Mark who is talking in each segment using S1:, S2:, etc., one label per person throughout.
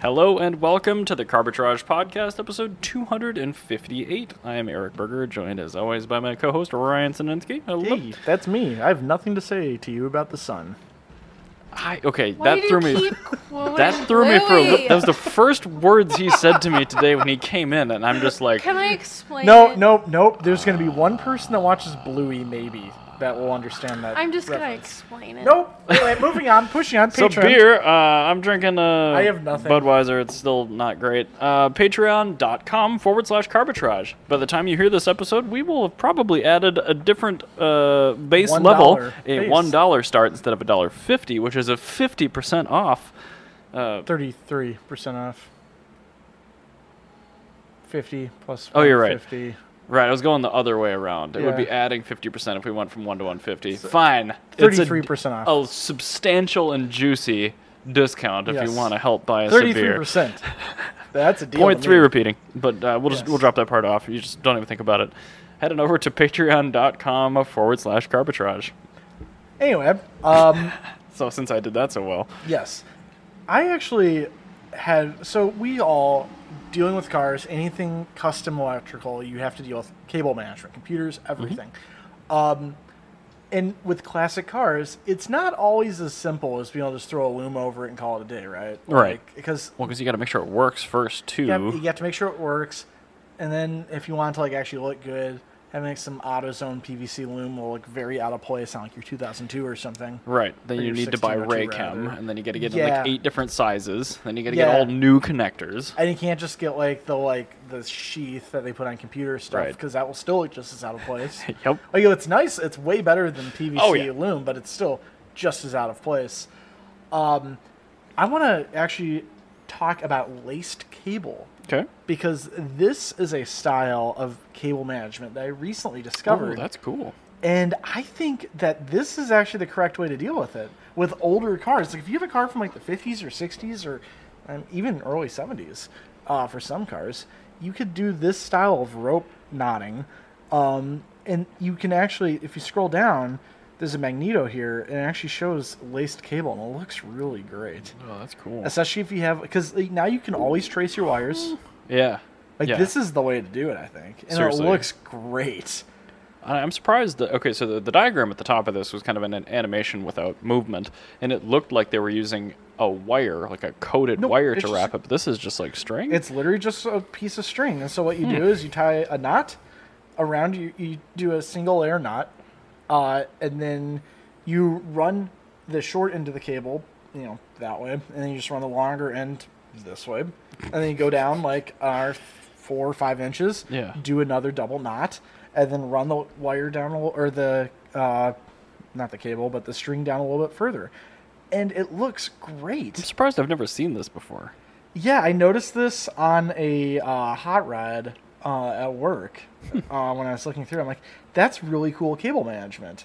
S1: Hello and welcome to the Carbitrage Podcast, episode 258. I am Eric Berger, joined as always by my co host Ryan Sininsky. Hello.
S2: Hey, that's me. I have nothing to say to you about the sun.
S1: Hi. Okay,
S3: Why
S1: that
S3: do
S1: threw
S3: you
S1: me.
S3: keep quoting
S1: That threw me for a
S3: Louis?
S1: loop. That was the first words he said to me today when he came in, and I'm just like,
S3: Can I explain?
S2: No,
S3: it?
S2: nope, nope. There's going to be one person that watches Bluey, maybe, that will understand that.
S3: I'm just gonna
S2: reference.
S3: explain it.
S2: Nope. Anyway, moving on, pushing on.
S1: So
S2: Patreon.
S1: beer, uh, I'm drinking uh,
S2: I have nothing.
S1: Budweiser. It's still not great. Uh, Patreon.com forward slash Carbitrage. By the time you hear this episode, we will have probably added a different uh, base
S2: One
S1: level,
S2: dollar
S1: a
S2: base.
S1: one dollar start instead of a dollar fifty, which is a fifty percent off. Uh,
S2: 33% off. 50 plus
S1: Oh, you're right.
S2: 50.
S1: right, I was going the other way around. It would be
S2: Yeah.
S1: adding fifty percent if we went from one to one fifty. Fine, It's a- Oh,
S2: 33% off.
S1: A substantial and juicy discount if you
S2: Yes.
S1: want to help buy us a beer.
S2: 33%. That's a deal.
S1: Point
S2: to
S1: three
S2: me.
S1: repeating, but uh, we'll just we'll
S2: Yes.
S1: drop that part off. You just don't even think about it. Head on over to patreon.com forward slash carbitrage.
S2: Anyway, um,
S1: So since I did that so well,
S2: Yes. I actually had so we all dealing with cars, anything custom electrical, you have to deal with cable management, computers, everything. Um, and with classic cars, it's not always as simple as being able to just throw a loom over it and call it a day, right?
S1: Right.
S2: Because
S1: well, because you got to make sure it works first too.
S2: you have, you have to make sure it works, and then if you want to like actually look good, having some AutoZone PVC loom will look very out of place on like your 2002 or something.
S1: Right. Then
S2: Or
S1: you
S2: your
S1: need to buy
S2: 1602 rather.
S1: Raychem, and then you got to get
S2: Yeah.
S1: like eight different sizes. Then you got to get
S2: Yeah.
S1: all new connectors.
S2: and you can't just get like the like the sheath that they put on computer stuff
S1: Right.
S2: because that will still look just as out of place.
S1: Yep.
S2: Like it's nice, it's way better than PVC
S1: Oh, yeah.
S2: loom, but it's still just as out of place. Um, I want to actually talk about laced cable
S1: Okay.
S2: because this is a style of cable management that I recently
S1: Oh,
S2: discovered,
S1: that's cool.
S2: and I think that this is actually the correct way to deal with it with older cars. Like if you have a car from like the 50s or 60s or um, even early 70s, uh, for some cars, you could do this style of rope knotting, um, and you can actually, if you scroll down, there's a magneto here, and it actually shows laced cable, and it looks really great.
S1: Oh, that's cool.
S2: Especially if you have, because like, now you can always trace your wires.
S1: Yeah.
S2: Like
S1: yeah.
S2: this is the way to do it, I think, and
S1: Seriously.
S2: it looks great.
S1: I- I'm surprised that okay, so the, the diagram at the top of this was kind of an, an animation without movement, and it looked like they were using a wire, like a coated
S2: No,
S1: wire,
S2: it's
S1: to
S2: just-
S1: wrap it. But this is just like string. Hmm.
S2: It's literally just a piece of string. And so what you do is you tie a knot around you. You do a single layer knot, uh, and then you run the short end of the cable, you know, that way, and then you just run the longer end this way, and then you go down like uh, four or five inches.
S1: Yeah.
S2: Do another double knot, and then run the wire down a little, or the uh, not the cable, but the string down a little bit further. And it looks great.
S1: I'm surprised I've never seen this before.
S2: Yeah, I noticed this on a uh, hot rod uh, at work uh, when I was looking through. I'm like, that's really cool cable management.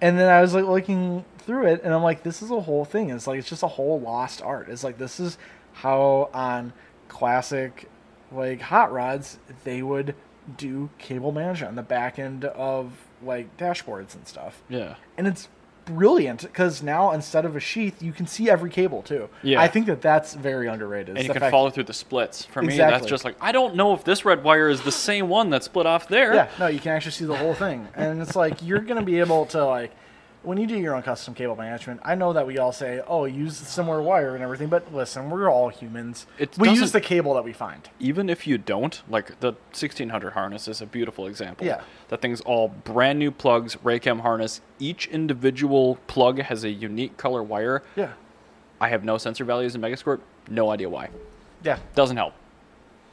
S2: And then I was like looking through it, and I'm like, this is a whole thing. It's like it's just a whole lost art. It's like this is how on classic like hot rods they would do cable management on the back end of like dashboards and stuff
S1: Yeah,
S2: and it's brilliant because now instead of a sheath, you can see every cable too.
S1: Yeah.
S2: I think that that's very underrated.
S1: and
S2: is
S1: you
S2: the
S1: can
S2: fact-
S1: follow through the splits. For me, that's
S2: Exactly.
S1: just like I don't know if this red wire is the same one that split off there.
S2: Yeah, no, you can actually see the whole thing, and it's like you're gonna be able to like. When you do your own custom cable management, I know that we all say, "Oh, use similar wire and everything," but listen, we're all humans.
S1: It
S2: we use
S1: doesn't-
S2: the cable that we find.
S1: even if you don't, like the 1600 harness is a beautiful example.
S2: Yeah.
S1: That thing's all brand new plugs, Raychem harness. Each individual plug has a unique color wire.
S2: Yeah,
S1: I have no sensor values in Megasquirt. No idea why.
S2: yeah.
S1: Doesn't help.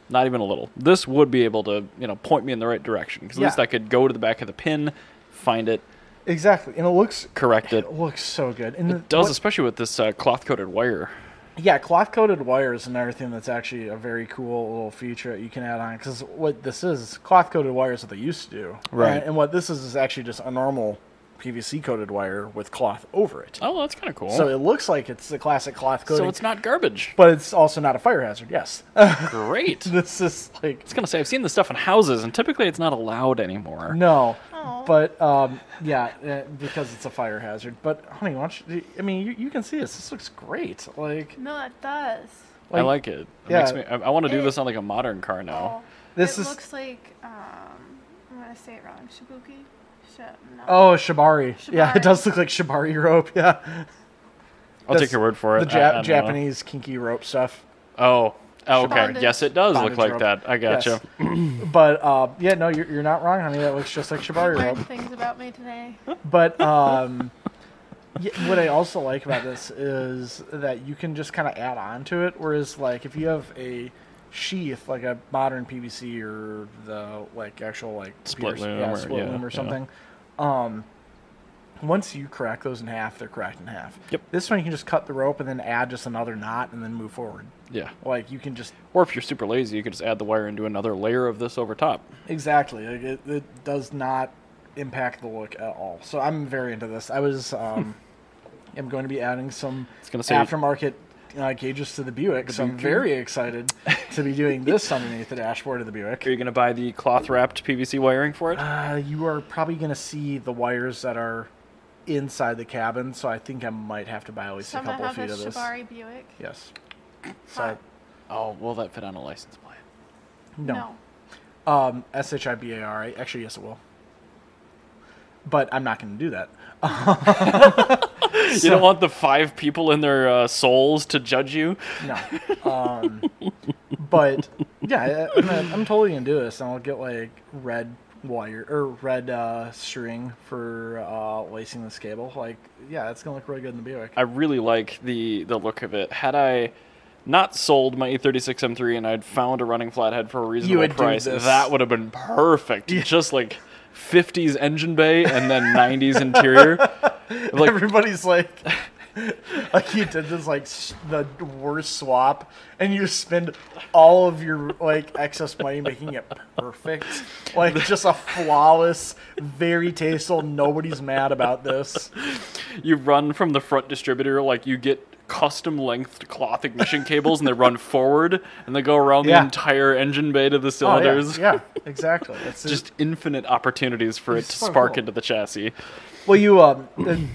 S1: Not even a little. This would be able to, you know, point me in the right direction. Because at
S2: Yeah.
S1: least I could go to the back of the pin, find it,
S2: Exactly, and it looks
S1: correct it.
S2: it looks so good. And
S1: It does, especially with this uh, cloth coated wire.
S2: Yeah, cloth coated wire is another thing that's actually a very cool little feature that you can add on because what this is, is cloth coated wire is what they used to do.
S1: Right.
S2: And, and what this is is actually just a normal PVC coated wire with cloth over it.
S1: Oh, that's kind of cool.
S2: So
S1: So,
S2: it looks like it's the classic cloth coating,
S1: it's not garbage.
S2: but it's also not a fire hazard. Yes.
S1: Great. I
S2: this is like,
S1: was going to say, I've seen this stuff in houses, and typically it's not allowed anymore.
S2: no.
S3: Aw.
S2: But um, yeah, uh, because it's a fire hazard. But honey, why don't you, I mean, you, you can see this. This looks great. Like,
S3: No, it does.
S1: I like it. it
S2: yeah.
S1: makes me, I, I want to do
S3: It-
S1: this on like a modern car now.
S3: Oh,
S2: This
S3: it
S2: is-
S3: looks like um, I'm gonna say it wrong. Shibuki. Sh- no.
S2: Oh, Shibari. Yeah, it
S3: Shibari.
S2: does look like Shibari rope. Yeah,
S1: I'll take
S2: That's
S1: your word for
S2: the
S1: it. I- I
S2: Jap-
S1: don't know.
S2: Japanese kinky rope stuff.
S1: Oh. Oh, okay.
S3: Bondage.
S1: Yes, it does
S2: Bondage
S1: look like
S2: rope.
S1: that. I
S2: Yes.
S1: gotcha.
S2: But uh, yeah, no, you're, you're not wrong, honey. That looks just like Shibari rope.
S3: Learned things about me today.
S2: But um, yeah, what I also like about this is that you can just kind of add on to it. Whereas, like, if you have a sheath, like a modern PVC or the like actual like
S1: Split
S2: computer-
S1: loom
S2: yeah,
S1: or-
S2: split
S1: yeah,
S2: loom or
S1: yeah.
S2: something, um, once you crack those in half, they're cracked in half.
S1: Yep.
S2: This one you can just cut the rope and then add just another knot and then move forward.
S1: Yeah.
S2: Like you can just
S1: Or if you're super lazy, you could just add the wire into another layer of this over top.
S2: Exactly. Like it, it does not impact the look at all. So I'm very into this. I was um, am going to be adding some
S1: gonna say- Mm-hmm.
S2: aftermarket uh, gauges to the Buick. so I'm
S1: Buick.
S2: very excited to be doing this underneath the dashboard of the Buick.
S1: Are you going to buy the cloth wrapped PVC wiring for it?
S2: Uh, you are probably going to see the wires that are inside the cabin. So I think I might have to buy at least
S3: So I'm
S2: a
S3: gonna
S2: couple
S3: have
S2: feet
S3: a
S2: of this.
S3: Shibari Buick.
S2: Yes.
S3: Hot.
S2: So
S1: Oh, will that fit on a license plate?
S2: no. Um, S H I B A R. Actually, yes, it will. But I'm not going to do that.
S1: You don't want the five people in their uh, souls to judge you?
S2: No. Um, but yeah, I, I'm, gonna- I'm totally gonna do this, and I'll get like red wire or red uh, string for uh, lacing this cable. Like, yeah, it's gonna look really good in the Buick.
S1: I really like the the look of it. Had I not sold my E E36 M3 and I'd found a running flathead for a reasonable
S2: would do
S1: price,
S2: this.
S1: that would have been perfect. Just like 50s engine bay and then 90s interior. Like
S2: Everybody's like, like you did this like s- the worst swap, and you spend all of your like excess money making it perfect, like just a flawless, very tasteful. Nobody's mad about this.
S1: you run from the front distributor, like you get custom lengthed cloth ignition cables and they run forward and they go around
S2: Yeah.
S1: the entire engine bay to the
S2: Oh, yeah,
S1: cylinders.
S2: yeah, exactly. It's
S1: Just infinite opportunities for it
S2: It's
S1: to
S2: so
S1: spark
S2: cool.
S1: into the chassis.
S2: Well, you um, they-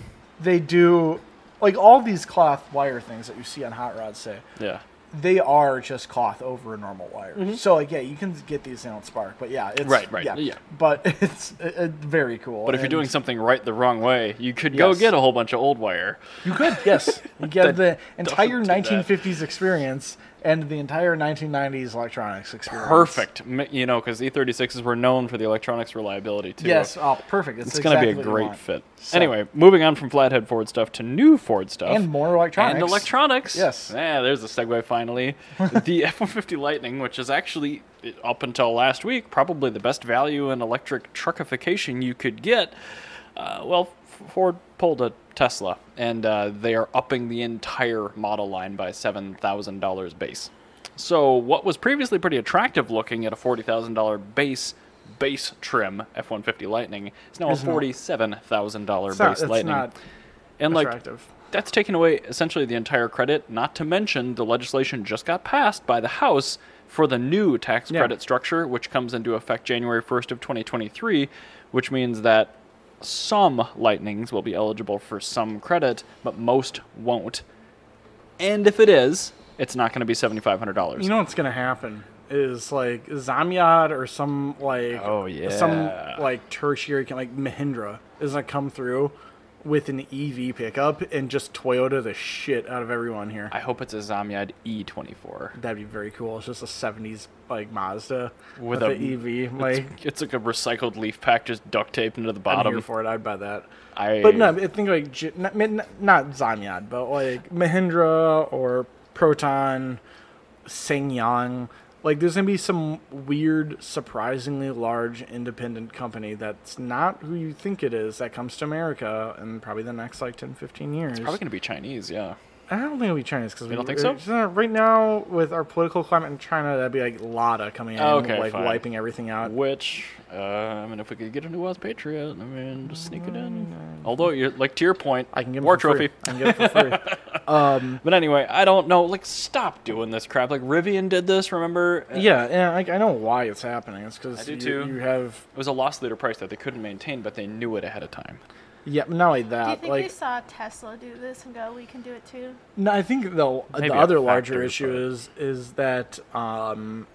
S2: they do like all these cloth wire things that you see on hot rods. Say
S1: Yeah.
S2: they are just cloth over a normal wire. So like, yeah, you can get these and don't spark, but yeah, it's
S1: Mm-hmm. Right, right, yeah.
S2: But it's uh, uh, very cool.
S1: But if you're
S2: and
S1: doing something right the wrong way, you could go
S2: Yes.
S1: get a whole bunch of old wire.
S2: you could yes, you get the entire
S1: do that.
S2: 1950s experience and the entire 1990s electronics experience.
S1: Perfect, M- you know, because E36s were known for the electronics reliability too.
S2: Yes, oh, perfect. It's,
S1: it's going to
S2: exactly
S1: be a
S2: what you
S1: great
S2: want.
S1: fit.
S2: So-
S1: Anyway, moving on from flathead Ford stuff to new Ford stuff
S2: and more electronics.
S1: And electronics.
S2: Yes.
S1: Yeah, there's a segue finally. the F 150 Lightning, which is actually, i- up until last week, probably the best value in electric truckification you could get. Uh, well, F- Ford pulled a Tesla, and uh, they are upping the entire model line by $7,000 base. So, what was previously pretty attractive looking at a $40,000 base base trim F 150 Lightning is now a
S2: It's not.
S1: $47,000
S2: It's not,
S1: base
S2: it's
S1: Lightning.
S2: not
S1: and like
S2: attractive.
S1: that's taken away essentially the entire credit, not to mention the legislation just got passed by the House for the new tax
S2: Yeah.
S1: credit structure, which comes into effect January 1st of 2023, which means that some lightnings will be eligible for some credit, but most won't. And if it is, it's not going to be $7,500.
S2: You know what's gonna happen is like Zamyad or some like
S1: Oh, yeah.
S2: some like tertiary can like Mahindra is gonna come through with an EV pickup and just Toyota the shit out of everyone here.
S1: I hope it's a E Zamyad E24.
S2: That'd be very cool. It's just a '70s like Mazda
S1: With
S2: with
S1: a-
S2: an EV. Like
S1: It's like a recycled leaf pack just duct taped into the
S2: I'm here
S1: bottom.
S2: for it. I'd buy that.
S1: I
S2: But no, I think like J- not, I mean, not- not Zamyad, but like Mahindra or Proton, Sangyang. Like there's gonna be some weird, surprisingly large independent company that's not who you think it is that comes to America in probably the next like 10, 15 years.
S1: probably going to be Chinese, yeah.
S2: I don't think it'll be Chinese because we
S1: don't think so?
S2: it's not- Right now, with our political climate in China, that'd be like Lada coming in,
S1: Okay,
S2: like
S1: fine.
S2: wiping everything out.
S1: Which, uh, I mean, if we could get a new Oz Patriot, I mean, just sneak it in. Although, you're like to your point,
S2: I can get 'em
S1: war
S2: for free.
S1: trophy.
S2: I can get 'em for free. Um,
S1: But anyway, I don't know. Like, stop doing this crap. Like Rivian did this. Remember? Uh,
S2: Yeah, yeah, I, I know why it's happening. It's because
S1: do
S2: you,
S1: too.
S2: you have
S1: It was a loss leader price that they couldn't maintain, but they knew it ahead of time.
S2: Yeah, not only
S3: Do you
S2: that,
S3: think
S2: Uh, like
S3: they saw Tesla do this and go, we can do it too?
S2: No, I think the
S1: Maybe
S2: the
S1: a
S2: other
S1: factor,
S2: larger
S1: but-
S2: issue is is that um,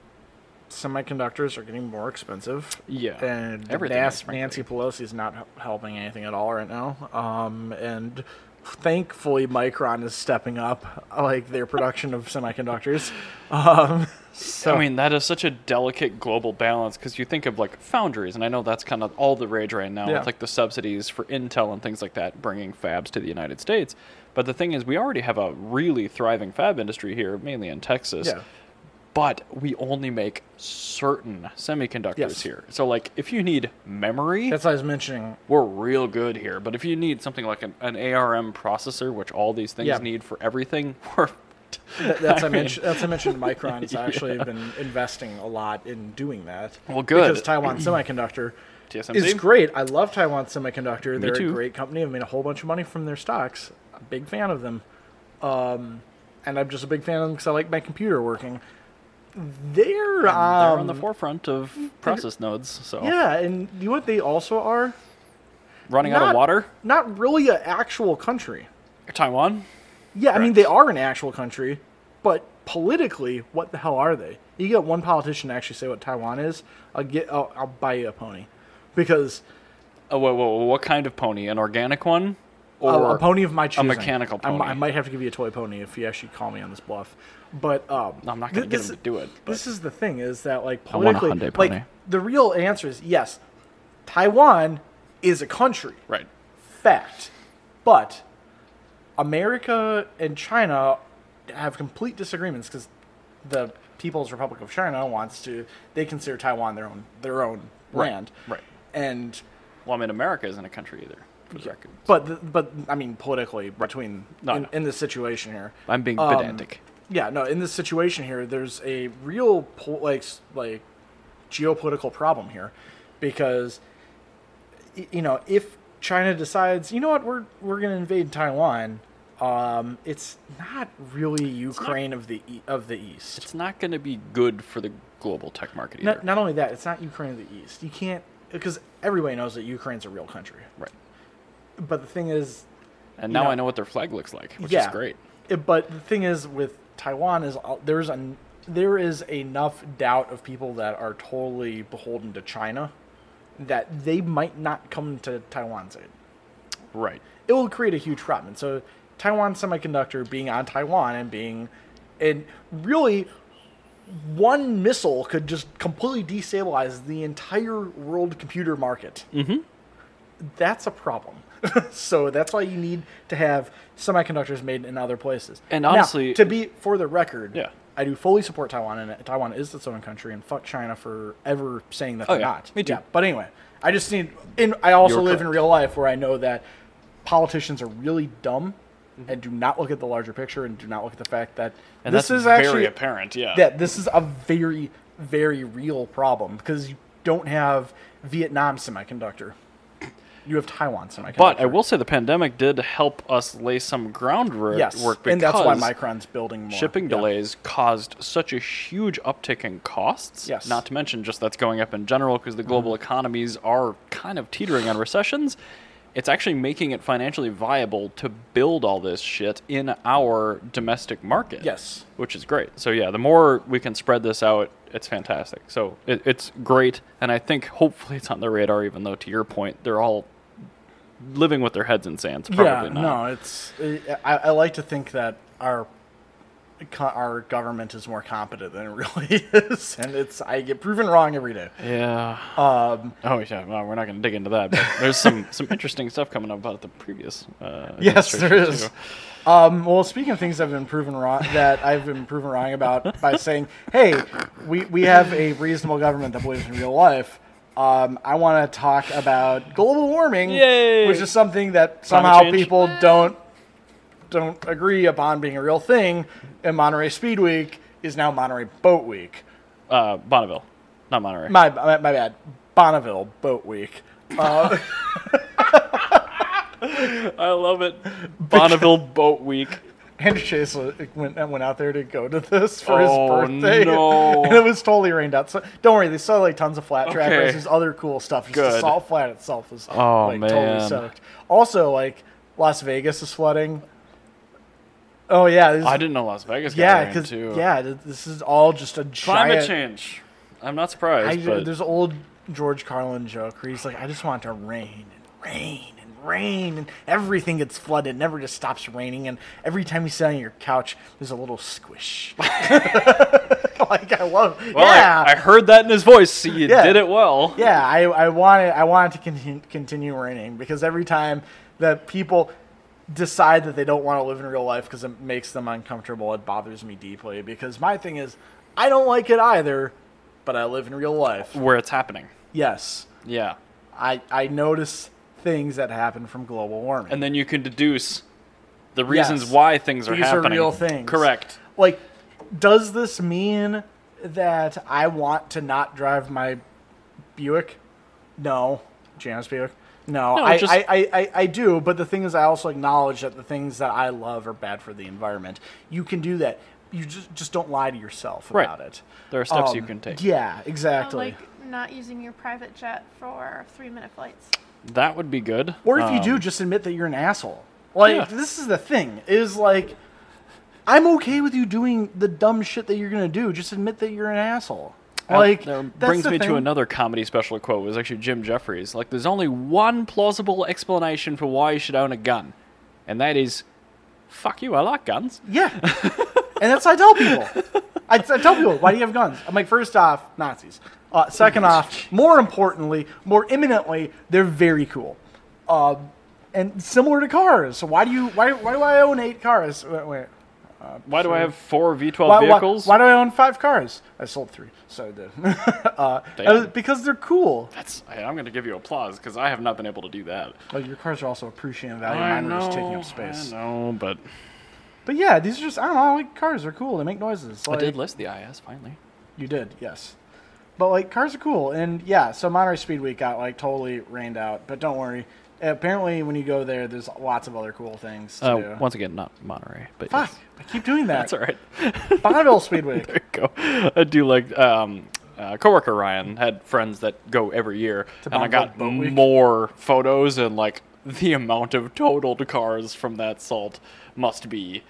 S2: semiconductors are getting more expensive.
S1: Yeah.
S2: and
S1: Everything
S2: Nas-
S1: is, frankly.
S2: Nancy Pelosi is not hel- helping anything at all right now. Um, and thankfully, Micron is stepping up like their production of semiconductors. Um, so
S1: I mean, that is such a delicate global balance because you think of like foundries, and I know that's kind of all the rage right now
S2: Yeah.
S1: with like the subsidies for Intel and things like that, bringing fabs to the United States. But the thing is, we already have a really thriving fab industry here, mainly in Texas.
S2: yeah,
S1: But we only make certain semiconductors
S2: Yes.
S1: here. So, like, if you need memory,
S2: that's what I was mentioning.
S1: we're real good here. But if you need something like an, an ARM processor, which all these things
S2: Yeah.
S1: need for everything, we're
S2: That, that's I,
S1: I mean-
S2: mentioned. That's I mentioned. Micron's actually been investing a lot in doing that.
S1: Well, good.
S2: because Taiwan Semiconductor.
S1: TSMC.
S2: It's great. I love Taiwan Semiconductor. They're a
S1: too.
S2: great company. I've made a whole bunch of money from their stocks. A big fan of them. Um, and I'm just a big fan of them because I like my computer working. They're,
S1: They're on
S2: um,
S1: the forefront of process nodes, so
S2: Yeah, and you know what they also are?
S1: running out
S2: Not-
S1: of water.
S2: Not really an actual country.
S1: Taiwan.
S2: Yeah, I mean,
S1: Correct.
S2: they are an actual country, but politically, what the hell are they? You get one politician to actually say what Taiwan is, I'll, get, I'll, I'll buy you a pony. Because
S1: Oh, whoa, whoa, whoa, what kind of pony? An organic one, or
S2: a, a pony of my choosing.
S1: mechanical
S2: I mi- I,
S1: pony.
S2: might have to give you a toy pony if you actually call me on this bluff. But um,
S1: No, I'm not going to
S2: th-
S1: get
S2: this-
S1: him to do it. But
S2: This is the thing: is that like
S1: I want a
S2: politically,
S1: Hyundai
S2: like
S1: pony.
S2: the real answer is yes. Taiwan is a country,
S1: right,
S2: fact, but America and China have complete disagreements because the People's Republic of China wants to. They consider Taiwan their own their own
S1: Right,
S2: land,
S1: right.
S2: And
S1: well, I mean, America isn't a country either. For the record.
S2: but the, but I mean politically between
S1: No,
S2: in,
S1: no.
S2: in this situation here.
S1: I'm being
S2: um,
S1: pedantic.
S2: Yeah, no. In this situation here, there's a real po- like s- like geopolitical problem here, because y- you know if China decides you know what we're we're gonna invade Taiwan, um, it's not really Ukraine of the e- of the East.
S1: It's not going to be good for the global tech market either.
S2: not, not only that, it's not Ukraine of the East. You can't because everybody knows that Ukraine's a real country.
S1: right.
S2: But the thing is,
S1: And
S2: you
S1: now
S2: know-
S1: I know what their flag looks like, which is great.
S2: It- but the thing is with Taiwan is uh, there's an there is enough doubt of people that are totally beholden to China that they might not come to Taiwan's aid.
S1: Right.
S2: It will create a huge problem. And so Taiwan Semiconductor being on Taiwan and being and really one missile could just completely destabilize the entire world computer market
S1: Mm-hmm.
S2: that's a problem. so that's why you need to have semiconductors made in other places.
S1: And
S2: Now,
S1: honestly-
S2: to be for the record,
S1: Yeah.
S2: I do fully support Taiwan, and Taiwan is its own country, and fuck China for ever saying that
S1: Oh,
S2: they're
S1: yeah.
S2: not.
S1: Me too.
S2: but anyway, I just need. In, I also
S1: You're
S2: live in
S1: correct.
S2: real life where I know that politicians are really dumb and do not look at the larger picture and do not look at the fact that
S1: And
S2: this
S1: that's
S2: is
S1: very
S2: actually
S1: apparent. Yeah.
S2: that this is a very very real problem because you don't have Vietnam semiconductor. You have Taiwan semiconductor.
S1: But I will say the pandemic did help us lay some groundwork.
S2: yes,
S1: work because
S2: and that's why Micron's building more
S1: Shipping
S2: Yeah.
S1: delays caused such a huge uptick in costs.
S2: Yes. Mm-hmm.
S1: Not to mention just that's going up in general because the global economies are kind of teetering on recessions. It's actually making it financially viable to build all this shit in our domestic market.
S2: Yes.
S1: Which is great. So, yeah, the more we can spread this out, it's fantastic. So, it, it's great. And I think hopefully it's on the radar, even though, to your point, they're all living with their heads in sand. It's
S2: Yeah,
S1: Probably not.
S2: no, it's I, I like to think that our co- our government is more competent than it really is, and it's I get proven wrong every day.
S1: Yeah. Um, oh yeah. No, we're not going to dig into that. But there's some some interesting stuff coming up about the previous. Uh,
S2: Yes, there
S1: administration, too.
S2: is. Um, well, speaking of things I've been proven wrong that I've been proven wrong about by saying, "Hey, we we have a reasonable government that believes in real life." Um, I want to talk about global warming,
S1: Yay.
S2: which is something that somehow
S1: change.
S2: people don't don't agree upon being a real thing. And Monterey Speed Week is now Monterey Boat Week.
S1: Uh, Bonneville, not Monterey.
S2: My my, my bad, Bonneville Boat Week. Uh,
S1: I love it. Bonneville Boat Week.
S2: Andrew Chase wa- went went out there to go to this for
S1: Oh,
S2: his birthday.
S1: no.
S2: And it was totally rained out. So don't worry, they saw like tons of flat track
S1: Okay.
S2: races, other cool stuff. Just the
S1: Good.
S2: salt flat itself was
S1: Oh,
S2: like totally
S1: man.
S2: soaked. Also, like Las Vegas is flooding. Oh yeah, this,
S1: I didn't know Las Vegas got
S2: yeah,
S1: rain,
S2: because
S1: too.
S2: yeah, th- this is all just a
S1: Climate
S2: giant.
S1: change. I'm not
S2: I, uh,
S1: surprised. but
S2: there's an old George Carlin joke where he's like, I just want it to rain and rain and rain and everything gets flooded. It never just stops raining. And every time you sit on your couch, there's a little squish. like, I love
S1: well, I-
S2: Yeah.
S1: I, heard that in his voice. So you
S2: Yeah.
S1: did it well.
S2: yeah, I, I want it, I want it to continue, continue raining because every time that people decide that they don't want to live in real life because it makes them uncomfortable, it bothers me deeply because my thing is, I don't like it either, but I live in real life.
S1: Where it's happening.
S2: Yes.
S1: Yeah.
S2: I I notice things that happen from global warming.
S1: And then you can deduce the reasons
S2: Yes.
S1: why things are
S2: These are
S1: happening.
S2: real things.
S1: Correct.
S2: like, does this mean that I want to not drive my Buick? No, Janus Buick. No,
S1: No,
S2: I,
S1: just-
S2: I, I, I, I do, but the thing is, I also acknowledge that the things that I love are bad for the environment. You can do that. You just just don't lie to yourself
S1: Right.
S2: about it.
S1: There are steps you
S2: Um,
S1: can take.
S2: Yeah,
S3: Uh,
S2: exactly.
S3: like not using your private jet for three minute flights.
S1: That would be good.
S2: Or if you
S1: Um,
S2: do, just admit that you're an asshole. Like
S1: Yeah.
S2: this is the thing is like, I'm okay with you doing the dumb shit that you're gonna do. Just admit that you're an asshole.
S1: Well,
S2: Like
S1: Oh, that
S2: that's
S1: brings
S2: the
S1: me
S2: thing.
S1: to another comedy special quote. It was actually Jim Jeffries. Like, there's only one plausible explanation for why you should own a gun, and that is, fuck you. I like guns.
S2: Yeah, and that's what I tell people. I, I tell people, why do you have guns? I'm like, first off, Nazis. Uh, second off, more importantly, more imminently, they're very cool. Uh, and similar to cars. So why do you why why do I own eight cars? Wait, wait.
S1: Why do I have four V12
S2: why, why-
S1: vehicles?
S2: Why, do I own five cars? I sold three, so I did. uh,
S1: Damn.
S2: I was- because they're cool.
S1: That's. I- I'm going to give you applause because I have not been able to do that.
S2: Oh, your cars are also appreciating value. Mine were just taking up space.
S1: I know, but
S2: But yeah, these are just I don't know. I like cars. They're cool. They make noises.
S1: I
S2: Like,
S1: did list the IS finally.
S2: You did, yes. But like cars are cool, and yeah. So Monterey Speed Week got like totally rained out. But don't worry. Apparently, when you go there, there's lots of other cool things to
S1: Uh,
S2: do.
S1: Once again, not Monterey, but
S2: Fuck!
S1: yes.
S2: I keep doing that.
S1: that's all right.
S2: Bonneville Speed Week.
S1: there you go. I do like um, uh, coworker Ryan had friends that go every year, and I
S2: Bonneville
S1: got
S2: Boat Week?
S1: more photos and like the amount of totaled cars from that salt must be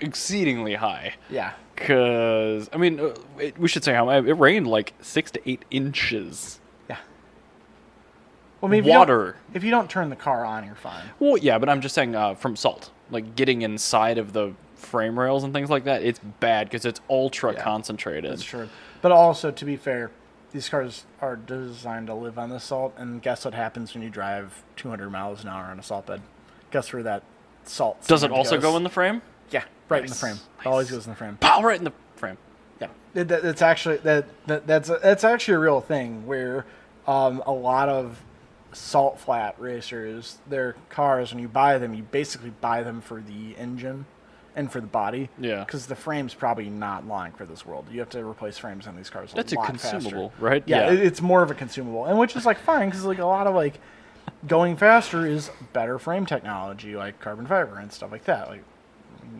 S1: exceedingly high.
S2: Yeah.
S1: Cause I mean, uh, it, we should say how it rained like six to eight inches.
S2: Yeah. Well, I mean, if you don't-
S1: Water.
S2: if you don't turn the car on, you're fine.
S1: Well, yeah, but I'm just saying uh, from salt, like getting inside of the frame rails and things like that, it's bad because it's ultra
S2: Yeah,
S1: concentrated.
S2: That's true. But also, to be fair, these cars are designed to live on the salt, and guess what happens when you drive 200 miles an hour on a salt bed? Guess where that salt
S1: Does it also go in the frame?
S2: yeah right in the
S1: Nice.
S2: frame?
S1: Nice.
S2: It always goes in the frame.
S1: Pow! Right in the frame.
S2: Yeah, That- that- that's actually that, that that's that's actually a real thing where um, a lot of salt flat racers, their cars, when you buy them, you basically buy them for the engine and for the body.
S1: Yeah.
S2: because the frame's probably not long for this world. You have to replace frames on these cars. A
S1: That's a
S2: lot
S1: consumable,
S2: faster.
S1: right?
S2: Yeah,
S1: Yeah.
S2: It, it's more of a consumable, and which is like fine because like a lot of like going faster is better frame technology, like carbon fiber and stuff like that. Like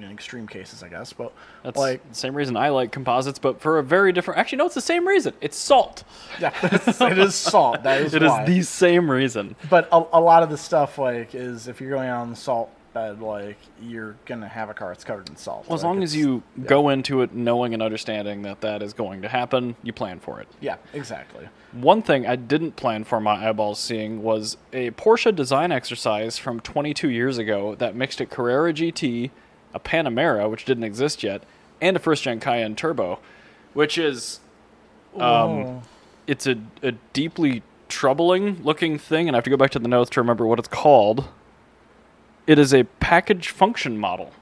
S2: in extreme cases, I guess, but
S1: That's
S2: like
S1: the same reason I like composites, but for a very different. Actually, no, it's the same reason. It's salt.
S2: Yeah, it is salt. That is
S1: It is
S2: why.
S1: the same reason.
S2: But a, a lot of the stuff like is if you're going on the salt bed, like you're gonna have a car that's covered in salt.
S1: Well, as
S2: Like,
S1: long as
S2: it's-
S1: you go into it knowing and understanding that that is going to happen, you plan for it.
S2: yeah, exactly.
S1: One thing I didn't plan for my eyeballs seeing was a Porsche design exercise from 22 years ago that mixed a Carrera GT, a Panamera, which didn't exist yet, and a first gen Cayenne Turbo, which is Um,
S2: Oh.
S1: it's a, a deeply troubling looking thing, and I have to go back to the notes to remember what it's called. It is a package function model,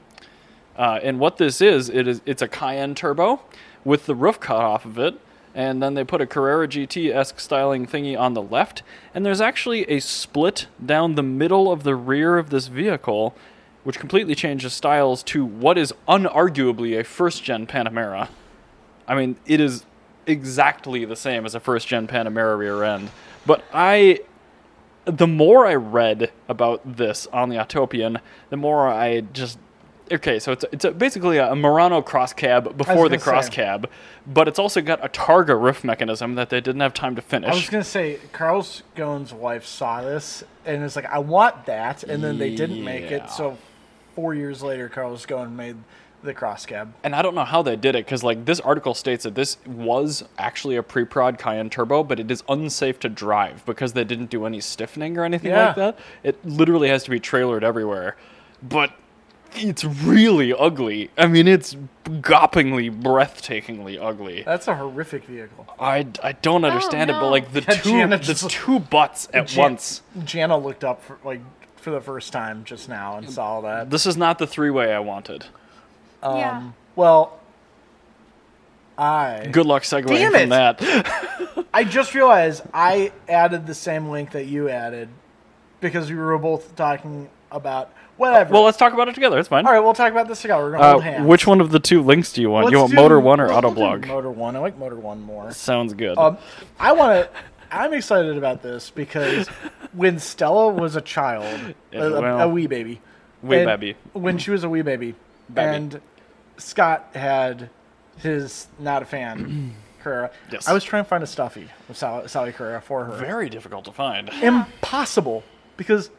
S1: uh, and what this is, it is it's a Cayenne turbo with the roof cut off of it, and then they put a Carrera GT esque styling thingy on the left, and there's actually a split down the middle of the rear of this vehicle, which completely changes styles to what is unarguably a first gen Panamera. I mean, it is exactly the same as a first gen Panamera rear end. But I, the more I read about this on the Autopian, the more I just okay, so it's it's a, basically a Murano cross cab before the
S2: gonna say.
S1: cross cab, but it's also got a Targa roof mechanism that they didn't have time to finish.
S2: I was gonna say Carl's Ghosn's wife saw this and was like, "I want that," and then they didn't make
S1: Yeah.
S2: it. So four years later, Carl's Ghosn made the cross cab.
S1: and I don't know how they did it because like this article states that this was actually a pre-prod Cayenne Turbo, but it is unsafe to drive because they didn't do any stiffening or anything
S2: Yeah.
S1: like that. It literally has to be trailered everywhere, but it's really ugly. I mean, it's goppingly, breathtakingly ugly.
S2: That's a horrific vehicle.
S1: I, I don't understand it, but
S3: no.
S1: like the
S2: Oh, Yeah,
S1: two
S2: Jana
S1: the
S2: just-
S1: two butts at
S2: Jan-
S1: once.
S2: Jana looked up for, like for the first time just now and saw that.
S1: This is not the three way I wanted.
S2: Um,
S3: yeah.
S2: Well, I
S1: Good luck segueing
S2: Damn
S1: from
S2: it.
S1: that.
S2: I just realized I added the same link that you added because we were both talking about whatever.
S1: well, let's talk about it together. It's fine.
S2: all right, we'll talk about this cigar. We're gonna
S1: Uh,
S2: hold hands.
S1: which one of the two links do you want?
S2: Let's
S1: you want
S2: do-
S1: Motor One or
S2: let's- we'll do
S1: Autoblog?
S2: Motor One. I like Motor One more.
S1: Sounds good.
S2: Um, I want to. I'm excited about this because when Stella was a child, a,
S1: Yeah, well,
S2: a wee baby,
S1: wee
S2: and
S1: baby.
S2: when she was a wee baby,
S1: Baby.
S2: and Scott had his not a fan, Carrera.
S1: Yes.
S2: I was trying to find a stuffy of Sal- Sally Carrera for her.
S1: Very difficult to find.
S2: Impossible because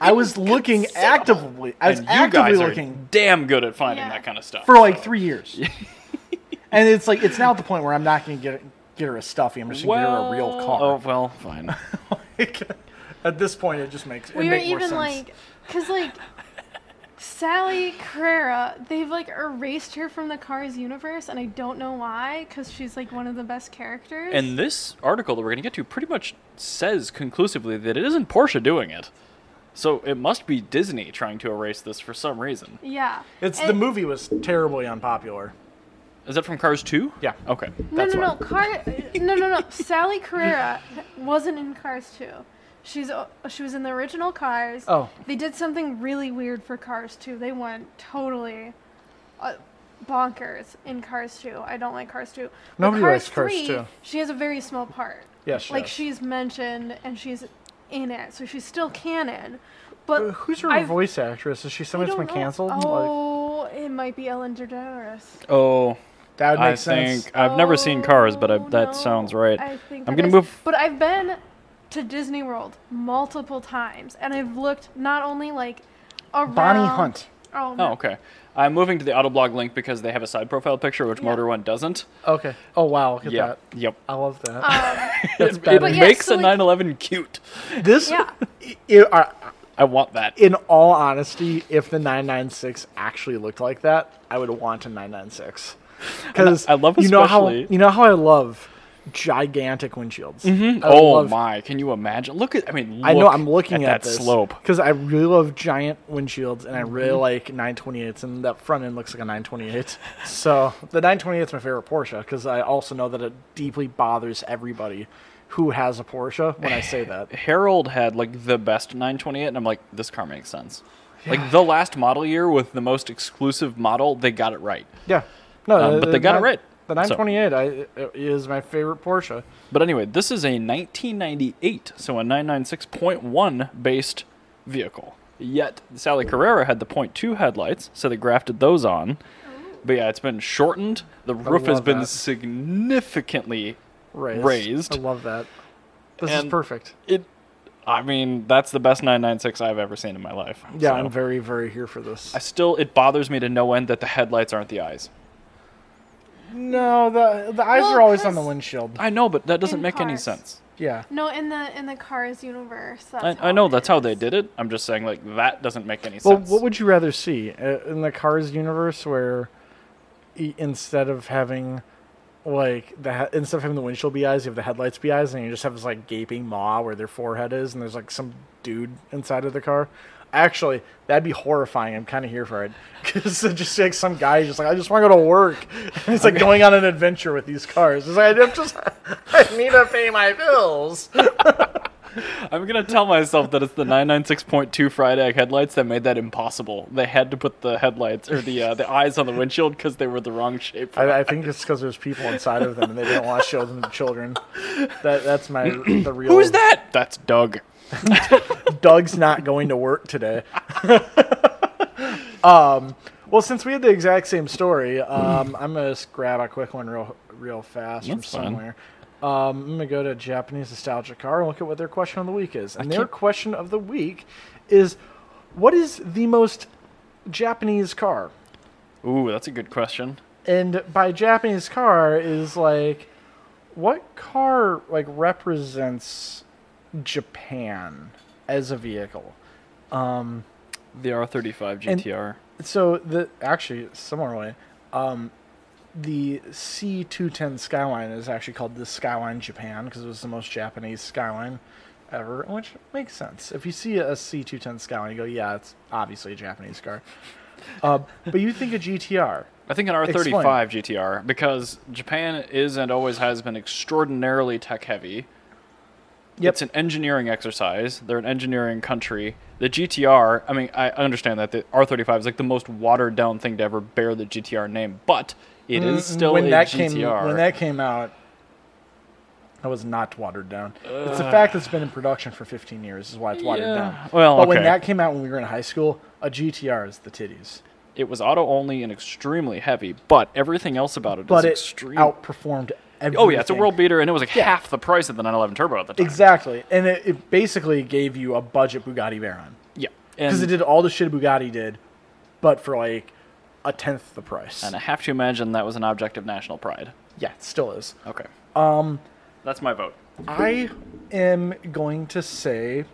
S2: I was looking actively. I was
S1: and you
S2: actively
S1: guys are
S2: looking
S1: damn good at finding
S3: Yeah.
S1: that kind of stuff.
S2: for like three years. and it's like it's now at the point where I'm not gonna get get her a stuffy. I'm just gonna
S1: well,
S2: get her a real
S1: Oh
S2: car.
S1: well, fine.
S2: at this point, it just makes it
S3: We were
S2: make more
S3: even
S2: sense.
S3: like, cause like, Sally Carrera, they've like erased her from the Cars universe, and I don't know why, cause she's like one of the best characters.
S1: and this article that we're going to get to pretty much says conclusively that it isn't Porsche doing it. So it must be Disney trying to erase this for some reason.
S3: yeah,
S2: it's the
S3: and-
S2: movie was terribly unpopular.
S1: Is that from Cars 2?
S2: Yeah.
S1: Okay.
S3: No,
S1: that's
S3: no,
S1: why.
S3: no, Car. No, no, no. Sally Carrera wasn't in Cars 2. She's o- she was in the original Cars.
S2: Oh.
S3: They did something really weird for Cars 2. They went totally uh, bonkers in Cars 2. I don't like Cars 2. But
S2: Nobody
S3: Cars
S2: likes Cars 2.
S3: She has a very small part.
S2: Yeah, she
S3: Like
S2: does.
S3: she's mentioned and she's in it, so she's still canon. But
S2: Who's her
S3: I've-
S2: voice actress? Is she
S3: I
S2: someone that's
S3: don't
S2: been
S3: know.
S2: canceled? Like,
S3: Oh, it might be Ellen DeGeneres.
S1: Oh,
S2: that would make
S1: I
S2: sense.
S1: think uh, I've never seen Cars, but I,
S3: Oh,
S1: that
S3: no.
S1: sounds right.
S3: I think
S1: I'm
S3: that
S1: gonna
S3: is-
S1: move-
S3: But I've been to Disney World multiple times, and I've looked not only like around.
S2: Bonnie Hunt.
S3: Oh, no.
S1: Oh, okay. I'm moving to the Autoblog link because they have a side profile picture, which
S3: Yeah.
S1: Motor One doesn't.
S2: Okay. Oh wow, look at
S1: Yeah.
S2: that.
S1: Yep.
S2: I love that.
S3: Um,
S2: that's
S1: It
S2: better.
S3: But yeah,
S1: makes
S3: so,
S1: a
S3: like-
S1: 911 cute.
S2: this,
S3: yeah.
S2: i- i- are-
S1: I want that.
S2: in all honesty, if the 996 actually looked like that, I would want a 996. Because
S1: I love
S2: you know how
S1: especially-
S2: you know how I love gigantic windshields. I
S1: oh
S2: love-
S1: my! Can you imagine? Look at. I mean, look
S2: I know I'm looking at,
S1: that slope. Mm-hmm.
S2: because I really love giant windshields and I really like 928s and that front end looks like a 928. so the 928 is my favorite Porsche because I also know that it deeply bothers everybody who has a Porsche when I say that.
S1: Harold had like the best 928, and I'm like, this car makes sense. Like the last model year with the most exclusive model, they got it right.
S2: Yeah, no,
S1: Um, but
S2: the-
S1: they got it
S2: the-
S1: right.
S2: The
S1: So-
S2: 928 I, is my favorite Porsche.
S1: But anyway, this is a 1998, so a 996.1 based vehicle. Yet Sally Carrera had the .2 headlights, so they grafted those on. But yeah, it's been shortened. The roof has
S2: love
S1: been
S2: that.
S1: significantly
S2: raised.
S1: Raised.
S2: I love that. This
S1: And-
S2: is perfect.
S1: it. I mean, that's the best 996 I've ever seen in my life.
S2: Yeah,
S1: So,
S2: I'm very, very here for this.
S1: I still it bothers me to no end that the headlights aren't the eyes.
S2: no, the the eyes
S3: Well,
S2: are always on the
S3: 'cause-
S2: windshield.
S1: I know, but that doesn't
S3: In
S1: make any
S3: cars.
S1: sense.
S2: Yeah,
S3: No, in the in the Cars universe. That's
S1: I,
S3: how
S1: I know
S3: it
S1: that's how
S3: is.
S1: they did it. I'm just saying, like that doesn't make any
S2: Well,
S1: sense.
S2: what would you rather see Uh, in the Cars universe, where e- instead of having like the he- instead of having the windshield be eyes, you have the headlights be eyes, and you just have this like gaping maw where their forehead is, and there's like some dude inside of the car. Actually, that'd be horrifying. I'm kind of here for it because just like some guy is just like I just want to go to work. it's like going on an adventure with these cars. It's like I'm just I need to pay my bills.
S1: I'm gonna tell myself that it's the 996.2 fried egg headlights that made that impossible. They had to put the headlights or the uh, the eyes on the windshield because they were the wrong shape. for
S2: I, I think it's because there's people inside of them and they didn't want to show them to children. That that's my the real.
S1: Who's that? That's Doug.
S2: Doug's not going to work today. um, Well, since we had the exact same story, um, I'm gonna just grab a quick one real, real fast from
S1: That's fine.
S2: somewhere. Um, I'm gonna go to Japanese nostalgia car and look at what their question of the week is. And their
S1: keep-
S2: question of the week is, what is the most Japanese car?
S1: Ooh, that's a good question.
S2: And by Japanese car is like, what car like represents Japan as a vehicle?
S1: The R35
S2: And-
S1: GTR.
S2: So the actually similar way, um, the C two ten Skyline is actually called the Skyline Japan because it was the most Japanese Skyline ever, which makes sense. If you see a C two ten Skyline, you go, yeah, it's obviously a Japanese car. Uh, but you think a GTR,
S1: I think an R35 GTR because Japan is and always has been extraordinarily tech heavy.
S2: Yep.
S1: It's an engineering exercise. They're an engineering country. The GTR, I mean, I understand that the R35 is like the most watered down thing to ever bear the GTR name, but it is still
S2: Mm, when
S1: a
S2: that
S1: GTR.
S2: came when that came out, that was not watered down. It's a fact that's been in production for 15 years is why it's watered
S1: Yeah.
S2: down.
S1: Well,
S2: but when
S1: okay.
S2: that came out when we were in high school, a GTR is the titties.
S1: it was auto only and extremely heavy, but everything else about it is
S2: but it
S1: extreme.
S2: outperformed everything.
S1: oh yeah, it's a world beater, and it was like half the price of the 911 Turbo at the time.
S2: Exactly, and it, it basically gave you a budget Bugatti Veyron
S1: Yeah,
S2: because it
S1: And-
S2: did all the shit Bugatti did, but for like a tenth the price.
S1: And I have to imagine that was an object of national pride.
S2: Yeah, it still is.
S1: Okay. Um, that's my vote.
S2: I am going to say,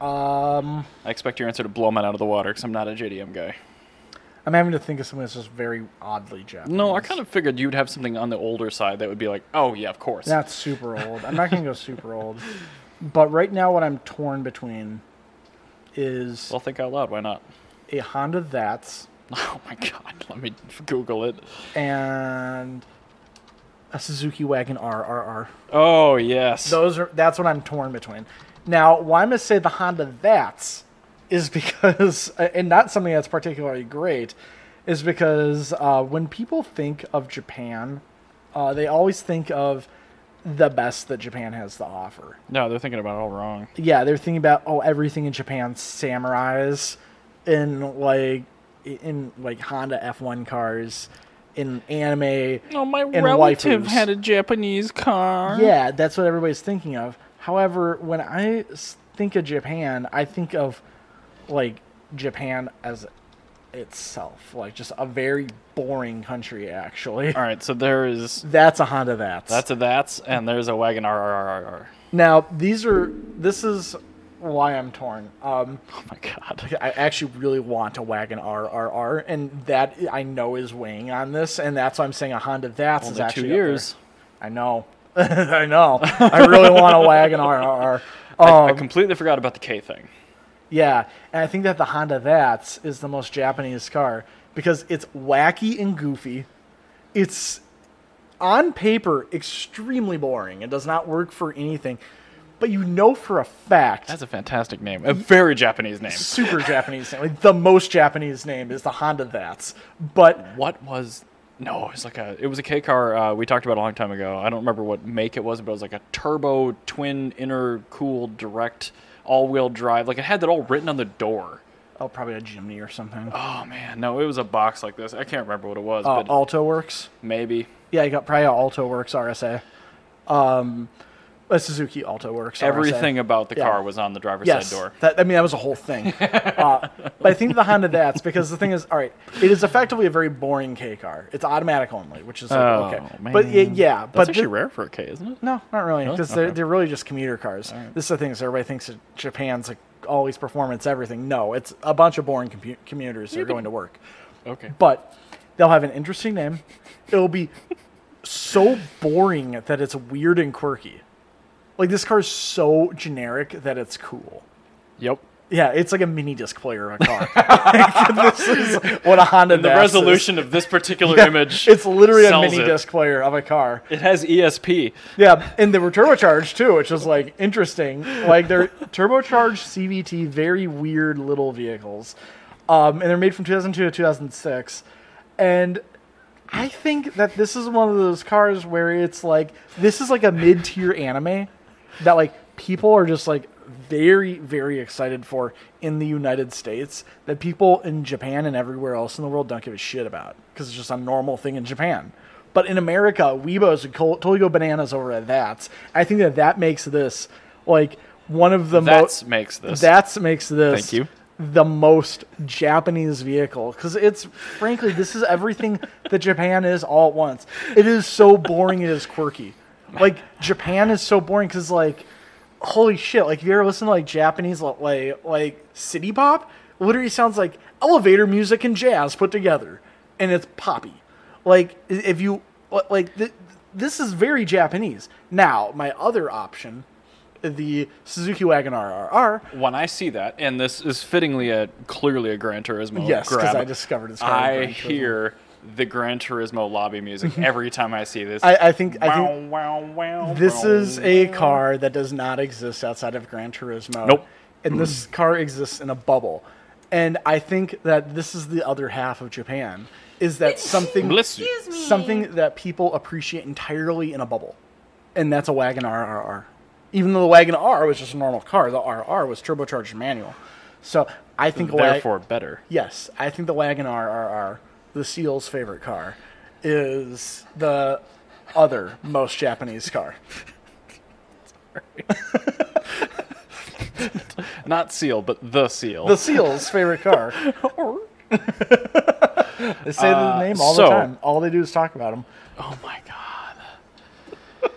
S2: um,
S1: I expect your answer to blow mine out of the water because I'm not a JDM guy.
S2: I'm having to think of something that's just very oddly Japanese.
S1: No, I kind of figured you'd have something on the older side that would be like, oh yeah, of course.
S2: not super old. I'm not gonna go super old, but right now what I'm torn between is
S1: Well, think out loud. Why not?
S2: a Honda that's
S1: Oh my god, let me Google it.
S2: and a Suzuki Wagon RRR.
S1: Oh yes.
S2: Those are that's what I'm torn between. Now, why I'm gonna say the Honda that's is because, uh, and not something that's particularly great, is because uh, when people think of Japan, uh, they always think of the best that Japan has to offer.
S1: No, they're thinking about it all wrong.
S2: Yeah, they're thinking about oh everything in Japan samurais, in like in like Honda F1 cars, in anime.
S1: No, my
S2: And
S1: relative
S2: waifus.
S1: had a Japanese car.
S2: Yeah, that's what everybody's thinking of. However, when I s- think of Japan, I think of like Japan as itself, like just a very boring country. Actually,
S1: All right, so there is
S2: that's a Honda. That's
S1: that's a that's and there's a wagon RRRR.
S2: now these are this is why I'm torn. Um,
S1: Oh my god.
S2: I actually really want a wagon RRR, and that I know is weighing on this, and that's why I'm saying a Honda. That's is
S1: Only
S2: actually
S1: two
S2: up there.
S1: years.
S2: I know, I know. I really want a wagon RRR.
S1: I completely forgot about the K thing.
S2: Oh, Yeah, and I think that the Honda That's is the most Japanese car because it's wacky and goofy. It's on paper extremely boring. It does not work for anything, but you know for a fact
S1: That's a fantastic name. A very Japanese name.
S2: super Japanese name. Like the most Japanese name is the Honda That's. But
S1: What was? No, it was like a. It was a K car uh, we talked about a long time ago. I don't remember what make it was, but it was like a turbo twin intercooled direct all-wheel drive. Like it had that all written on the door.
S2: oh, probably a Jimny or something.
S1: Oh man, no, it was a box like this. I can't remember what it was,
S2: Uh,
S1: but
S2: Alto Works.
S1: maybe.
S2: Yeah, you got probably a Alto Works RSA. Um, a Suzuki Alto Works. RSA.
S1: Everything about the
S2: Yeah.
S1: car was on the driver's
S2: yes,
S1: side door.
S2: That, I mean, that was a whole thing. uh, but I think the Honda That's because the thing is, all right, it is effectively a very boring K car. It's automatic only, which is like,
S1: Oh,
S2: okay. But
S1: man.
S2: it, yeah,
S1: That's
S2: but
S1: actually
S2: the-
S1: rare for a K, isn't it?
S2: no, not really, because they're,
S1: Okay.
S2: they're really just commuter cars. This is the thing is everybody thinks that Japan's like always performance everything. No, it's a bunch of boring commu- commuters that are going to work.
S1: Okay.
S2: But they'll have an interesting name. It'll be so boring that it's weird and quirky. Like this car is so generic that it's cool.
S1: Yep.
S2: Yeah, it's like a mini disc player of a car. this is what a Honda.
S1: And the
S2: Bass is.
S1: resolution of this particular image.
S2: It's literally a
S1: sells
S2: mini
S1: it.
S2: disc player of a car.
S1: It has E ESP.
S2: Yeah, and they were turbocharged too, which is like interesting. Like they're turbocharged CVT, very weird little vehicles, um, and they're made from 2002 to 2006. And I think that this is one of those cars where it's like this is like a mid tier anime that like people are just like very, very excited for in the United States that people in Japan and everywhere else in the world don't give a shit about because it's just a normal thing in Japan. But in America, Weebos would co- totally go bananas over at that. I think that that makes this like one of the
S1: That's
S2: most.
S1: makes this.
S2: That's makes this.
S1: Thank you.
S2: The most Japanese vehicle because it's frankly this is everything that Japan is all at once. It is so boring. It is quirky. Like Japan is so boring because like holy shit! Like if you ever listen to like Japanese like like city pop, literally sounds like elevator music and jazz put together, and it's poppy. Like i- if you like th- this is very Japanese. Now my other option, the Suzuki Wagon RRR.
S1: when I see that, and this is fittingly a clearly a Gran Turismo
S2: Yes, because
S1: grab,
S2: I discovered this.
S1: I hear the Gran Turismo lobby music every time I see this.
S2: Mm-hmm. I, I think I
S1: wow,
S2: think
S1: wow, wow,
S2: this
S1: wow.
S2: is a car that does not exist outside of Gran Turismo.
S1: Nope. Mm.
S2: And this car exists in a bubble, and I think that this is the other half of Japan. Is that something?
S1: Bless you.
S3: Excuse me.
S2: something that people appreciate entirely in a bubble, and that's a Wagon RRR. Even though the Wagon R was just a normal car, the RR was turbocharged and manual. So I think a Wag-
S1: therefore better.
S2: yes, I think the Wagon RRR, the Seal's favorite car, is the other most Japanese car.
S1: Not seal, but the seal.
S2: The Seal's favorite car. they say the name all
S1: so-
S2: the time. All they do is talk about them.
S1: Oh my god.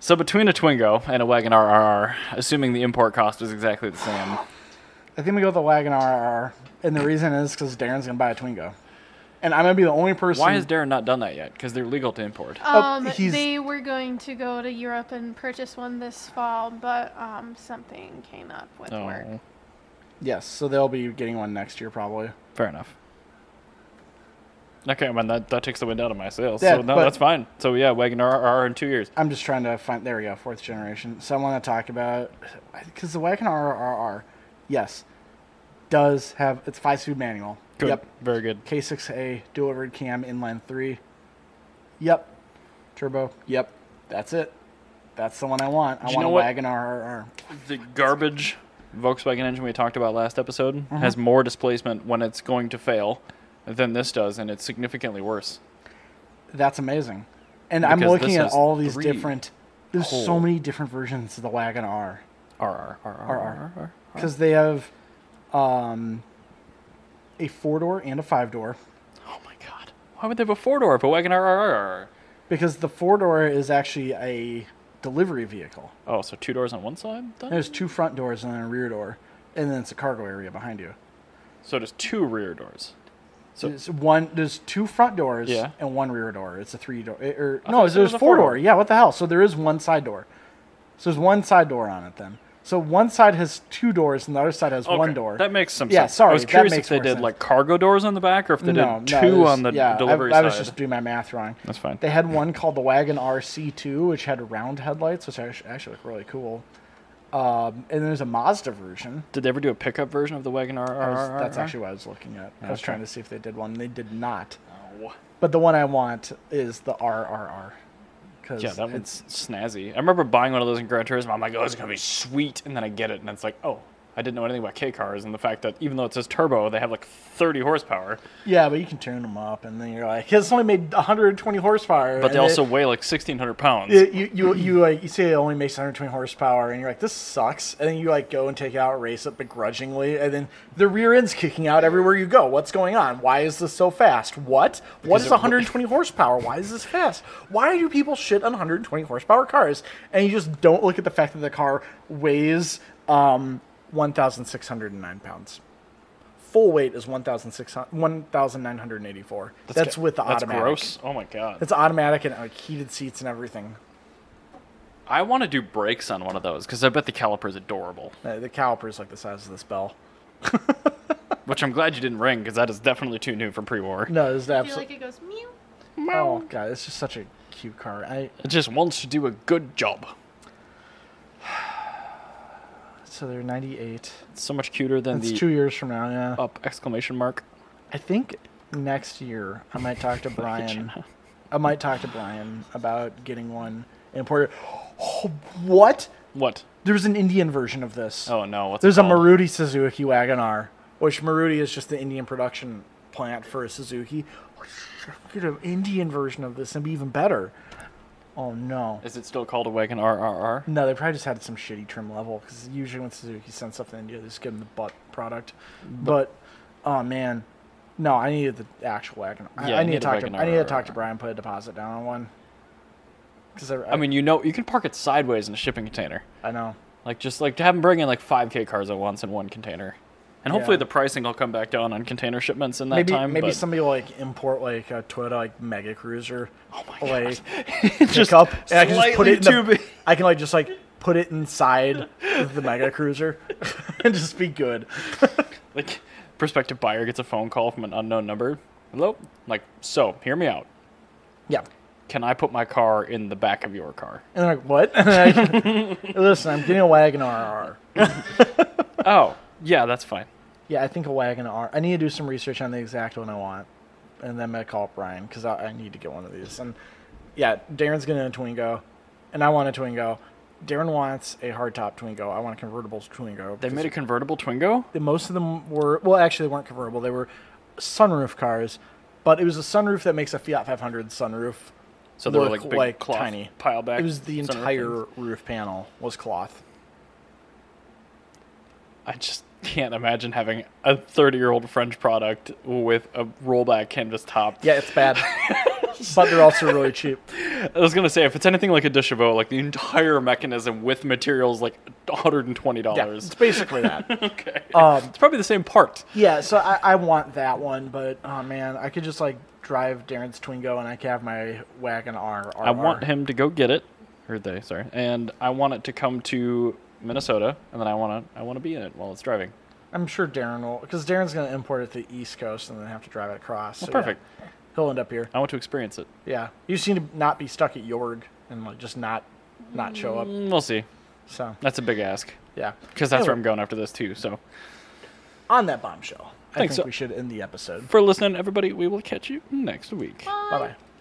S1: so between a Twingo and a Wagon RRR, assuming the import cost was exactly the same,
S2: I think we go with the Wagon RRR, and the reason is because Darren's gonna buy a Twingo, and I'm gonna be the only person.
S1: why has Darren not done that yet? Because they're legal to import.
S3: Um,
S2: he's-
S3: they were going to go to Europe and purchase one this fall, but um, something came up with
S1: Oh,
S3: work.
S2: Yes, so they'll be getting one next year probably.
S1: fair enough. Okay, man, that, that takes the wind out of my sails.
S2: Yeah,
S1: so no,
S2: but-
S1: that's fine. So yeah, Wagon RRR in two years.
S2: I'm just trying to find. There we go, fourth generation. So I want to talk about because the Wagon RRR, yes, does have it's five speed manual.
S1: Good.
S2: Yep.
S1: Very good.
S2: K6A delivered cam inline three. Yep. Turbo. Yep. That's it. That's the one I want. I
S1: you
S2: want
S1: know
S2: a
S1: what?
S2: Wagon RRR.
S1: The garbage Volkswagen engine we talked about last episode
S2: Uh-huh.
S1: has more displacement when it's going to fail than this does, and it's significantly worse.
S2: That's amazing. And I'm
S1: Because
S2: looking
S1: this
S2: at
S1: is
S2: all these
S1: three.
S2: different. There's so
S1: Oh.
S2: many different versions of the Wagon R.
S1: RR, RR, RR.
S2: because they have um, a four door and a five door.
S1: Oh my god. Why would they have a four door if a Wagon RR?
S2: Because the four door is actually a delivery vehicle.
S1: Oh, so two doors on one side? Then?
S2: There's two front doors and then a rear door, and then it's a cargo area behind you.
S1: So there's two rear doors.
S2: So
S1: So-
S2: it's one. There's two front doors
S1: Yeah.
S2: and one rear door. It's a three door. eh, Or
S1: thought
S2: no,
S1: you said it
S2: there's
S1: was a
S2: four door.
S1: four-door.
S2: Yeah, what the hell? So there is one side door. So there's one side door on it then. So one side has two doors and the other side has one
S1: Okay,
S2: door.
S1: That makes some
S2: Yeah,
S1: sense.
S2: sorry,
S1: I was
S2: that
S1: curious
S2: makes
S1: if they
S2: more
S1: did
S2: sense.
S1: like cargo doors on the back or if they
S2: no,
S1: did
S2: no,
S1: two
S2: there's-
S1: on the
S2: yeah, I-
S1: delivery
S2: I,
S1: side.
S2: was just doing my math wrong.
S1: That's fine.
S2: They had one called the Wagon RC2, which had round headlights, which act- actually look really cool. Um, and there's a Mazda version.
S1: Did they ever do a pickup version of the Wagon RR?
S2: I was- that's actually what I was looking at. I was
S1: Okay.
S2: trying to see if they did one. They did not.
S1: No.
S2: But the one I want is the RRR. Cause
S1: Yeah, that
S2: it's
S1: one's snazzy. I remember buying one of those in Gran Turismo. I'm like, oh, it's gonna be sweet, and then I get it, and it's like, oh, I didn't know anything about K cars and the fact that even though it says turbo, they have like 30 horsepower,
S2: yeah, but you can tune them up, and then you're like, it's only made 120 horsepower.
S1: but
S2: and
S1: they also
S2: it-
S1: weigh like 1,600 pounds.
S2: it- you you you like you say it only makes 120 horsepower, and you're like, this sucks. And then you like go and take it out, race it begrudgingly, and then the rear end's kicking out everywhere you go. What's going on? Why is this so fast? What? what
S1: Because
S2: is
S1: it-
S2: 120 horsepower? Why is this fast? Why do people shit on 120 horsepower cars? And you just don't look at the fact that the car weighs um 1,609 pounds. Full weight is 1,600 1,984. That's, with the
S1: that's
S2: automatic.
S1: gross. Oh my god.
S2: It's automatic and like heated seats and everything.
S1: I want to do brakes on one of those because I bet the caliper's adorable.
S2: Uh, the caliper's like the size of this bell.
S1: Which I'm glad you didn't ring because that is definitely too new from pre-war.
S2: No, it's
S3: I feel like
S2: absolutely.
S3: it goes meow.
S2: Oh god, it's just such a cute car. I
S1: It just wants to do a good job.
S2: so they're ninety eight.
S1: It's so much cuter than
S2: It's
S1: the Oh.
S2: two years from now. Yeah,
S1: up exclamation mark.
S2: I think next year I might talk to Brian I might talk to Brian about getting one in Puerto. Oh, what?
S1: What?
S2: There's an Indian version of this.
S1: Oh no! What's it
S2: There's a
S1: called?
S2: Maruti Suzuki Wagon R, which Maruti is just the Indian production plant for a Suzuki. Oh, shit, Get an Indian version of this and be even better. Oh no.
S1: Is it still called a wagon RRR?
S2: No, they probably just had some shitty trim level because usually when Suzuki sends stuff to India, they just give them the butt product. But, oh man, no, I needed the actual wagon. I,
S1: Yeah,
S2: I
S1: you
S2: need
S1: need
S2: to
S1: a
S2: talk to
S1: wagon
S2: I need to
S1: or-
S2: talk to Brian and put a deposit down on one. Because I, I,
S1: I mean, you know, you can park it sideways in a shipping container.
S2: I know.
S1: Like just like to have them bring in like five K cars at once in one container, and hopefully
S2: Yeah.
S1: the pricing will come back down on container shipments in that
S2: Maybe
S1: time.
S2: maybe
S1: but
S2: somebody will, like import like a Toyota like Mega Cruiser. Oh my like,
S1: just
S2: up, and I can just put
S1: slightly
S2: it. In
S1: too
S2: the,
S1: big.
S2: I can like just like put it inside the Mega Cruiser and just be good.
S1: like prospective buyer gets a phone call from an unknown number. Hello, like so, hear me out.
S2: Yeah.
S1: Can I put my car in the back of your car?
S2: And they're like, what? And I- Listen, I'm getting a Wagon RR.
S1: oh, yeah, that's fine.
S2: Yeah, I think a Wagon R. I need to do some research on the exact one I want. And then I'm going to call Brian because I, I need to get one of these. And yeah, Darren's getting a Twingo. And I want a Twingo. Darren wants a hardtop Twingo. I want a convertible Twingo.
S1: They
S2: because
S1: made a convertible Twingo.
S2: the- most of them were, well, actually, they weren't convertible. They were sunroof cars. But it was a sunroof that makes a Fiat 500 sunroof.
S1: So they were
S2: look
S1: like big
S2: like
S1: cloth
S2: tiny.
S1: pile back.
S2: It was the
S1: center things.
S2: entire roof panel was cloth.
S1: I just can't imagine having a 30 year old French product with a rollback canvas top.
S2: Yeah, it's bad. but they're also really cheap.
S1: I was gonna say if it's anything like a Dishabot, like the entire mechanism with materials like 120
S2: Yeah,
S1: dollars.
S2: it's basically that.
S1: okay,
S2: Um,
S1: it's probably the same part.
S2: yeah, so I, I want that one, but oh man, I could just like drive Darren's Twingo and I could have my Wagon R.
S1: I want him to go get it, or they, sorry, and I want it to come to Minnesota, and then I want to I want to be in it while it's driving.
S2: I'm sure Darren will, because Darren's going to import it to the East Coast and then have to drive it across. so yeah,
S1: perfect.
S2: he'll end up here.
S1: I want to experience it.
S2: Yeah, you seem to not be stuck at Yorg and like just not not show up.
S1: Mm, We'll see.
S2: So
S1: That's a big ask
S2: yeah,
S1: because that's where I'm
S2: Anyway,
S1: going after this too. So
S2: on that bombshell. I
S1: Thanks, uh,
S2: think we should end the episode.
S1: for listening, everybody, we will catch you next week.
S2: Bye bye.